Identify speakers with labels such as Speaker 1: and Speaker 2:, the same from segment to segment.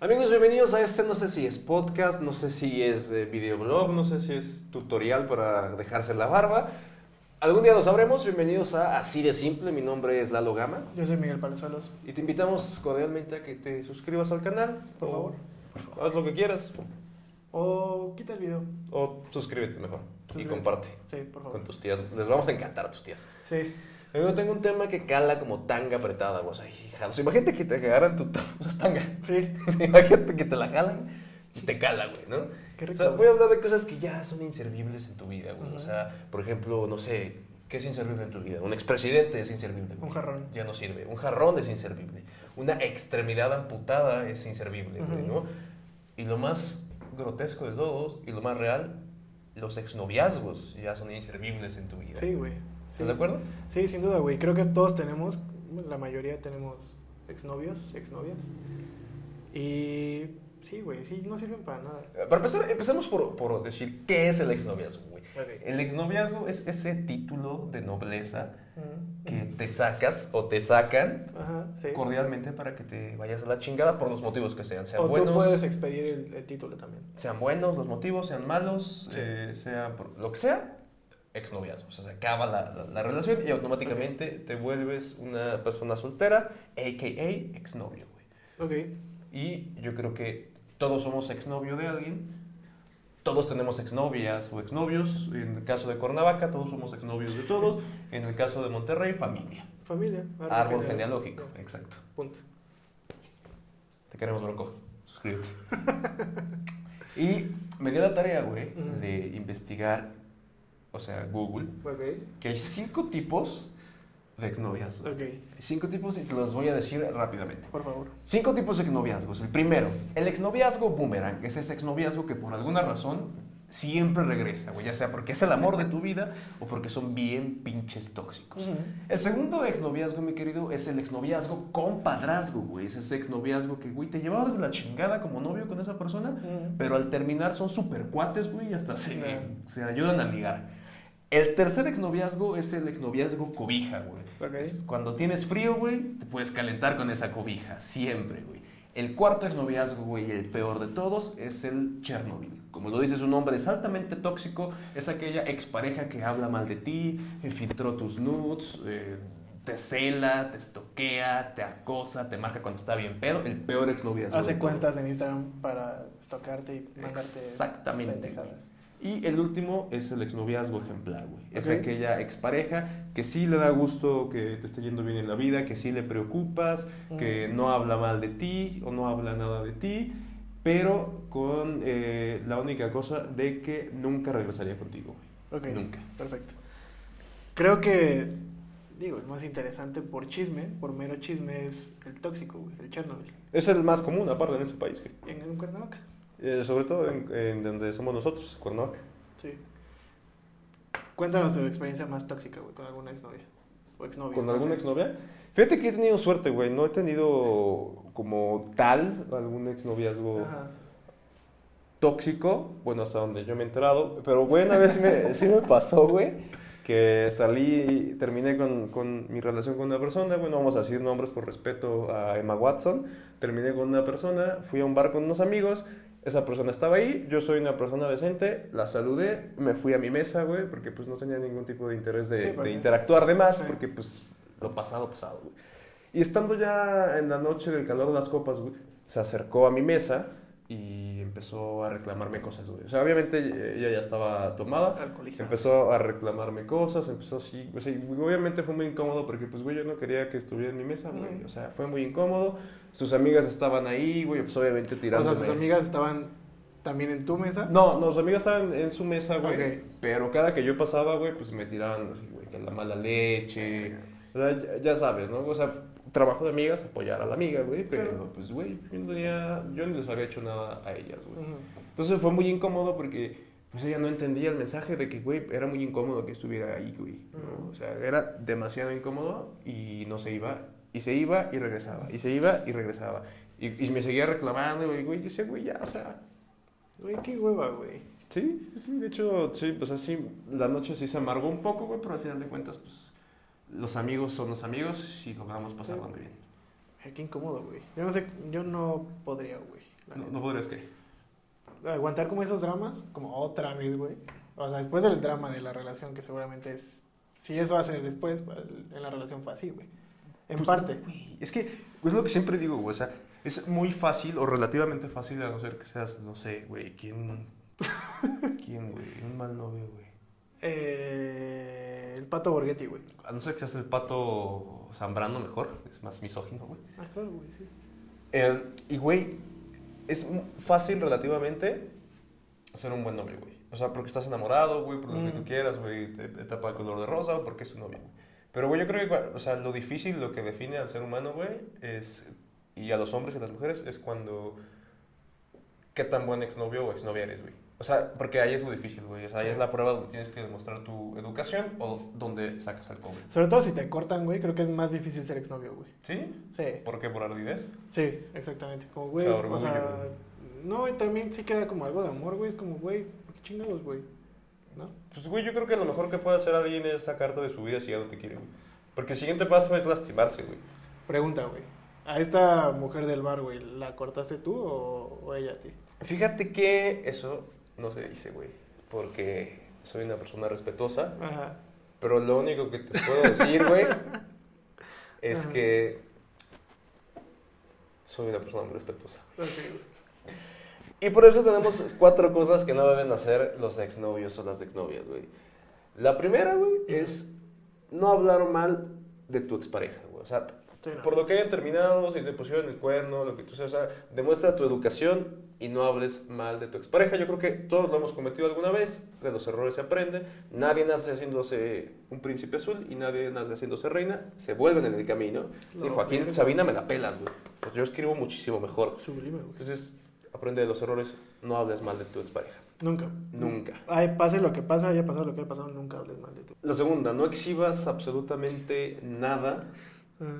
Speaker 1: Amigos, bienvenidos a este, no sé si es podcast, no sé si es eh, videoblog, no sé si es tutorial para dejarse la barba. Algún día lo sabremos. Bienvenidos a Así de Simple. Mi nombre es Lalo Gama
Speaker 2: Yo soy Miguel Palazuelos.
Speaker 1: y te invitamos cordialmente a que te suscribas al canal.
Speaker 2: Oh, Por
Speaker 1: o
Speaker 2: favor.
Speaker 1: Haz lo que quieras
Speaker 2: O quita el video.
Speaker 1: o suscríbete mejor y
Speaker 2: Suscríbete.
Speaker 1: comparte
Speaker 2: Sí, por favor.
Speaker 1: con tus tías. Les vamos a encantar a tus tías.
Speaker 2: Sí.
Speaker 1: Yo tengo un tema que cala como tanga apretada, vos. Ay, hija, o sea, imagínate que te agarran tu ta- o sea, tanga.
Speaker 2: Sí.
Speaker 1: imagínate que te la jalan y te cala, güey, ¿no?
Speaker 2: Qué
Speaker 1: O
Speaker 2: rico.
Speaker 1: sea, voy a hablar de cosas que ya son inservibles en tu vida, güey. O
Speaker 2: Ujú.
Speaker 1: sea, por ejemplo, no sé, ¿qué es inservible en tu vida? Un expresidente es inservible. güey.
Speaker 2: Un jarrón.
Speaker 1: Ya no sirve. Un jarrón es inservible. Una extremidad amputada es inservible, güey,
Speaker 2: Ujú.
Speaker 1: ¿no? Y lo más grotesco de todos y lo más real, los exnoviazgos ya son inservibles en tu vida.
Speaker 2: Sí, güey.
Speaker 1: ¿Estás
Speaker 2: Sí.
Speaker 1: de acuerdo?
Speaker 2: Sí, sin duda, güey. Creo que todos tenemos, la mayoría tenemos exnovios, exnovias. Y sí, güey, sí, no sirven para nada.
Speaker 1: Para empezar, empecemos por, por decir qué es el exnoviazgo, güey.
Speaker 2: Ok.
Speaker 1: El exnoviazgo es ese título de nobleza
Speaker 2: Mm.
Speaker 1: que te sacas o te sacan
Speaker 2: Ajá, sí.
Speaker 1: cordialmente para que te vayas a la chingada por los motivos que sean. Sean
Speaker 2: O tú
Speaker 1: buenos,
Speaker 2: puedes expedir el, el título también.
Speaker 1: sean buenos los motivos, sean malos,
Speaker 2: Sí.
Speaker 1: eh, sea por- lo que sea, exnoviazgo. O sea, se acaba la, la- la relación y automáticamente te vuelves una persona soltera, a.k.a. exnovio, güey.
Speaker 2: Ok.
Speaker 1: Y yo creo que todos somos exnovio de alguien. Todos tenemos exnovias o exnovios. En el caso de Cuernavaca, todos somos exnovios de todos. En el caso de Monterrey, familia.
Speaker 2: Familia.
Speaker 1: Árbol genealógico.
Speaker 2: No,
Speaker 1: Exacto.
Speaker 2: Punto.
Speaker 1: Te queremos, Bronco. Suscríbete. y me dio la tarea, güey,
Speaker 2: Ujú.
Speaker 1: de investigar, o sea, Google,
Speaker 2: Ok.
Speaker 1: que hay cinco tipos de exnovias. güey.
Speaker 2: Ok.
Speaker 1: Cinco tipos y te los voy a decir rápidamente.
Speaker 2: Por favor.
Speaker 1: Cinco tipos de exnoviazgos. El primero, el exnoviazgo boomerang. Es ese exnoviazgo que por alguna razón siempre regresa, güey. Ya sea porque es el amor de tu vida o porque son bien pinches tóxicos. El segundo exnoviazgo, mi querido, es el exnoviazgo compadrazgo, güey. Es ese exnoviazgo que, güey, te llevabas de la chingada como novio con esa persona,
Speaker 2: Mm.
Speaker 1: pero al terminar son super cuates, güey, y hasta se,
Speaker 2: Claro.
Speaker 1: se ayudan a ligar. El tercer exnoviazgo es el exnoviazgo cobija, güey.
Speaker 2: Ok.
Speaker 1: Es Cuando tienes frío, güey, te puedes calentar con esa cobija, siempre, güey. El cuarto exnoviazgo, güey, el peor de todos, es el Chernobyl. Como lo dice su nombre, es altamente tóxico, es aquella expareja que habla mal de ti, eh, filtró tus nudes, eh, te cela, te estoquea, te acosa, te marca cuando está bien pedo. El peor exnoviazgo. de
Speaker 2: Hace
Speaker 1: todos.
Speaker 2: cuentas en Instagram para estocarte y mandarte
Speaker 1: Exactamente.
Speaker 2: pendejadas.
Speaker 1: Y el último es el exnoviazgo ejemplar, güey. Es
Speaker 2: Ok.
Speaker 1: aquella expareja que sí le da gusto que te esté yendo bien en la vida, que sí le preocupas, que no habla mal de ti o no habla nada de ti, pero con eh, la única cosa de que nunca regresaría contigo, güey.
Speaker 2: Mm. Ok.
Speaker 1: Nunca.
Speaker 2: Perfecto. Creo que, digo, el más interesante por chisme, por mero chisme, es el tóxico, güey, el Chernobyl.
Speaker 1: Es el más común, aparte, en este país, güey.
Speaker 2: En, en Cuernavaca.
Speaker 1: Eh, sobre todo en, en donde somos nosotros, Cuernavaca.
Speaker 2: Sí. Cuéntanos tu experiencia más tóxica, güey, con alguna exnovia. O exnovio.
Speaker 1: ¿Con
Speaker 2: no
Speaker 1: alguna
Speaker 2: sé.
Speaker 1: exnovia? Fíjate que he tenido suerte, güey. No he tenido como tal algún exnoviazgo
Speaker 2: Ajá.
Speaker 1: tóxico. Bueno, hasta donde yo me he enterado. Pero, güey, una vez sí me, sí me pasó, güey. Que salí, terminé con, con mi relación con una persona. Bueno, vamos a decir nombres por respeto a Emma Watson. Terminé con una persona, fui a un bar con unos amigos. Esa persona estaba ahí, yo soy una persona decente, la saludé, me fui a mi mesa, güey, porque pues no tenía ningún tipo de interés
Speaker 2: Sí,
Speaker 1: de, de
Speaker 2: porque-
Speaker 1: interactuar de más,
Speaker 2: Sí.
Speaker 1: porque pues lo pasado, pasado, güey. Y estando ya en la noche del calor de las copas, güey, se acercó a mi mesa y empezó a reclamarme cosas, güey. O sea, obviamente eh, ella ya estaba tomada.
Speaker 2: Alcoholizado.
Speaker 1: Empezó a reclamarme cosas, empezó así, o sea, y obviamente fue muy incómodo porque pues, güey, yo no quería que estuviera en mi mesa, güey,
Speaker 2: Ujú.
Speaker 1: o sea, fue muy incómodo, sus amigas estaban ahí, güey, pues obviamente
Speaker 2: O
Speaker 1: tirando.
Speaker 2: sea, sus amigas estaban también en tu mesa.
Speaker 1: No, no, sus amigas estaban en su mesa, güey,
Speaker 2: Ok.
Speaker 1: pero cada que yo pasaba, güey, pues me tiraban así, güey, que la mala leche, o sea, ya, ya sabes, ¿no? O sea, trabajo de amigas, apoyar a la amiga, güey, pero
Speaker 2: Claro.
Speaker 1: pues, güey, yo no tenía, yo no les había hecho nada a ellas, güey.
Speaker 2: Ujú.
Speaker 1: Entonces fue muy incómodo porque pues ella no entendía el mensaje de que, güey, era muy incómodo que estuviera ahí, güey. ¿no? O sea, era demasiado incómodo y no se iba. Y se iba y regresaba. Y se iba y regresaba. Y, y me seguía reclamando, güey, güey, yo sé, güey, ya, o sea.
Speaker 2: Güey, qué hueva, güey.
Speaker 1: Sí, sí, sí, de hecho, sí, o sea, sí, la noche sí se amargó un poco, güey, pero al final de cuentas, pues, los amigos son los amigos y logramos pasarla muy bien.
Speaker 2: Ay, Qué incómodo, güey. Yo no sé, yo no podría, güey. la
Speaker 1: No,
Speaker 2: neta.
Speaker 1: no podrías que.
Speaker 2: Aguantar como esos dramas, como otra vez, güey. O sea, después del drama de la relación, que seguramente es. Si eso hace después, pues, en la relación fue así, güey. En parte.
Speaker 1: Pues, Güey, Es que es lo que siempre digo, güey. O sea, es muy fácil o relativamente fácil a no ser que seas, no sé, güey, ¿quién? ¿Quién, güey? Un mal novio, güey.
Speaker 2: Eh, el pato Borghetti, güey.
Speaker 1: A no ser que seas el pato Zambrano mejor, es más misógino, güey.
Speaker 2: Ah, claro, güey, sí.
Speaker 1: Eh, y, güey, es m- fácil relativamente ser un buen novio, güey. O sea, porque estás enamorado, güey, por lo que
Speaker 2: Mm.
Speaker 1: tú quieras, güey, te, te tapa el color de rosa o porque es un novio. güey. Pero, güey, yo creo que, cua- o sea, lo difícil, lo que define al ser humano, güey, es, y a los hombres y a las mujeres, es cuando, qué tan buen exnovio o exnovia eres, güey. O sea, porque ahí es lo difícil, güey. O sea, ahí
Speaker 2: Sí.
Speaker 1: es la prueba donde tienes que demostrar tu educación o donde sacas al cobre.
Speaker 2: Sobre todo si te cortan, güey, creo que es más difícil ser exnovio, güey.
Speaker 1: ¿Sí?
Speaker 2: Sí,
Speaker 1: ¿Por qué? ¿Por ardidez?
Speaker 2: sí, exactamente. Como, güey,
Speaker 1: O sea, orgullo,
Speaker 2: o sea,
Speaker 1: güey.
Speaker 2: no, y también sí queda como algo de amor, güey. Es como, güey, ¿por qué chingados, güey? ¿No?
Speaker 1: Pues, güey, yo creo que lo mejor que puede hacer alguien es sacarte de su vida si ya no te quiere, güey. Porque el siguiente paso es lastimarse, güey.
Speaker 2: Pregunta, güey. A esta mujer del bar, güey, ¿la cortaste tú o, o ella a ti?
Speaker 1: Fíjate que eso no se dice, güey. Porque soy una persona respetuosa.
Speaker 2: Ajá.
Speaker 1: Pero lo único que te puedo decir, güey, es
Speaker 2: Ajá.
Speaker 1: que soy una persona muy respetuosa.
Speaker 2: Ok, güey.
Speaker 1: Y por eso tenemos cuatro cosas que no deben hacer los exnovios o las exnovias, güey. La primera, güey, es no hablar mal de tu expareja, güey. O sea,
Speaker 2: Sí, no.
Speaker 1: Por lo que hayan terminado, si te pusieron el cuerno, lo que tú seas, o sea, demuestra tu educación y no hables mal de tu expareja. Yo creo que todos lo hemos cometido alguna vez, de los errores se aprende. Nadie nace haciéndose un príncipe azul y nadie nace haciéndose reina. Se vuelven en el camino.
Speaker 2: No,
Speaker 1: y Joaquín,
Speaker 2: verga.
Speaker 1: Sabina me la pelas, güey. Pues yo escribo muchísimo mejor.
Speaker 2: Sublime, güey.
Speaker 1: Entonces, aprende de los errores, no hables mal de tu expareja.
Speaker 2: Nunca.
Speaker 1: Nunca.
Speaker 2: Ay, pase lo que pase, haya pasado lo que haya pasado, nunca hables mal de tú.
Speaker 1: La segunda, no exhibas absolutamente nada
Speaker 2: Ajá.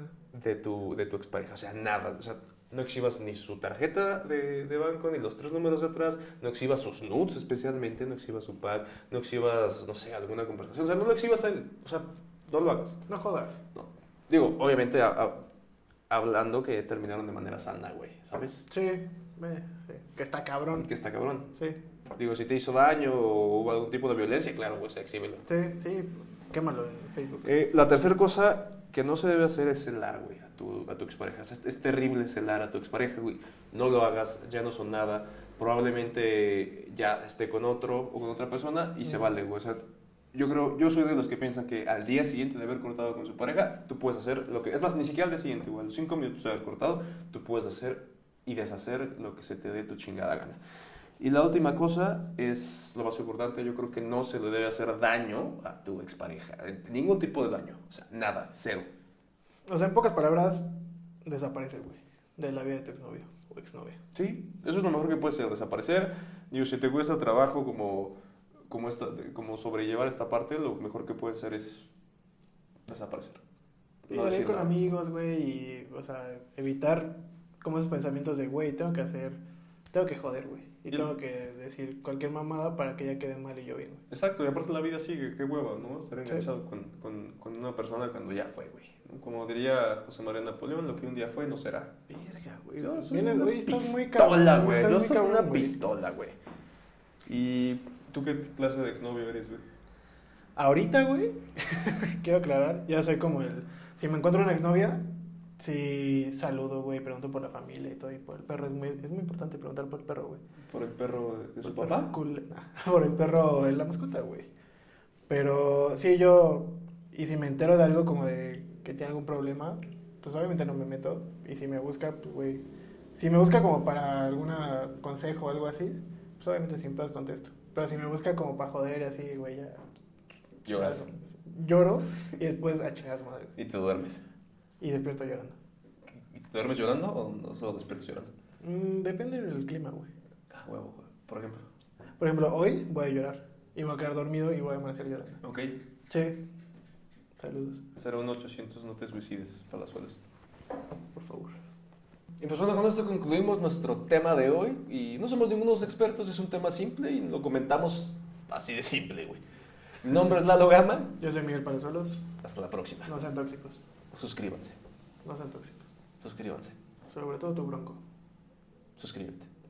Speaker 1: de tu, de tu expareja. O sea, nada. O sea, no exhibas ni su tarjeta de, de banco, ni los tres números de atrás. No exhibas sus nudes especialmente. No exhibas su pack. No exhibas, no sé, alguna conversación. O sea, no lo exhibas a él. O sea, no lo hagas.
Speaker 2: No jodas.
Speaker 1: No. Digo, obviamente a- a- hablando que terminaron de manera sana, güey. ¿Sabes?
Speaker 2: Sí, me, sí. Que está cabrón.
Speaker 1: Que está cabrón.
Speaker 2: Sí,
Speaker 1: Digo, si te hizo daño o hubo algún tipo de violencia, claro, güey, o sea, exhíbelo.
Speaker 2: sí, sí. Quémalo en Facebook.
Speaker 1: Eh, la tercera cosa que no se debe hacer es celar, güey, a tu, a tu expareja. Es, es terrible celar a tu expareja, güey. No lo hagas, ya no son nada. Probablemente ya esté con otro o con otra persona y se
Speaker 2: Ujú.
Speaker 1: vale, güey. O sea, yo creo, yo soy de los que piensan que al día siguiente de haber cortado con su pareja, tú puedes hacer lo que... Es más, ni siquiera al día siguiente, güey. A los cinco minutos de haber cortado, tú puedes hacer y deshacer lo que se te dé tu chingada gana. Y la última cosa es lo más importante, yo creo que no se le debe hacer daño a tu expareja. eh, Ningún tipo de daño, o sea, nada, cero.
Speaker 2: O sea, en pocas palabras, desaparece, güey. De la vida de tu exnovio o exnovia.
Speaker 1: Sí, eso es lo mejor que puede ser, desaparecer. Digo, si te cuesta trabajo como, como, esta, como sobrellevar esta parte, lo mejor que puede ser es desaparecer.
Speaker 2: Y
Speaker 1: No
Speaker 2: salir
Speaker 1: decir
Speaker 2: con
Speaker 1: nada.
Speaker 2: amigos, güey, y, o sea, evitar como esos pensamientos de, güey, tengo que hacer, tengo que joder, güey. Y
Speaker 1: Y-
Speaker 2: tengo que decir cualquier mamada para que ella quede mal y yo bien, güey.
Speaker 1: Exacto, y aparte la vida sigue, qué hueva, ¿no? Estar
Speaker 2: Sí.
Speaker 1: enganchado con, con, con una persona cuando ya fue, güey. ¿no? Como diría José María Napoleón, lo que un día fue no será.
Speaker 2: Verga, güey.
Speaker 1: Yo soy
Speaker 2: Vienes,
Speaker 1: una
Speaker 2: güey, estás muy cabrón.
Speaker 1: pistola, güey.
Speaker 2: estás
Speaker 1: Yo
Speaker 2: muy
Speaker 1: soy
Speaker 2: cabrón,
Speaker 1: una
Speaker 2: güey.
Speaker 1: pistola, güey. ¿Y tú qué clase de exnovio eres, güey?
Speaker 2: Ahorita, güey, quiero aclarar, ya soy como el. Si me encuentro una exnovia, sí saludo, güey, pregunto por la familia y todo, y por el perro. Es muy, es muy importante preguntar por el perro, güey.
Speaker 1: ¿Por el perro de su
Speaker 2: Por el perro
Speaker 1: papá?
Speaker 2: cul- nah, por el perro, eh, la mascota, güey. Pero sí, yo. Y si me entero de algo como de que tiene algún problema, pues obviamente no me meto. Y si me busca, pues, güey. Si me busca como para algún consejo o algo así, pues obviamente siempre los contesto. Pero si me busca como para joder y así, güey, ya. pues,
Speaker 1: Lloras
Speaker 2: Lloro y después a chingar a su madre. güey.
Speaker 1: y te duermes.
Speaker 2: Y despierto llorando.
Speaker 1: ¿Y te duermes llorando o no solo despiertas llorando?
Speaker 2: Mm, depende del clima, güey.
Speaker 1: Ah, huevo, güey. Por ejemplo.
Speaker 2: Por ejemplo, hoy voy a llorar. Y me voy a quedar dormido y voy a amanecer llorando.
Speaker 1: Ok.
Speaker 2: Che. Saludos,
Speaker 1: 01800, no te suicides, palazuelos.
Speaker 2: por favor.
Speaker 1: Y pues bueno, con esto concluimos nuestro tema de hoy. Y no somos ningunos expertos, es un tema simple y lo comentamos así de simple, güey. Mi nombre es Lalo Gama.
Speaker 2: Yo soy Miguel Palazuelos.
Speaker 1: Hasta la próxima.
Speaker 2: No sean tóxicos.
Speaker 1: Suscríbanse.
Speaker 2: No sean tóxicos. suscríbanse,
Speaker 1: Sobre todo tu bronco.
Speaker 2: suscríbete.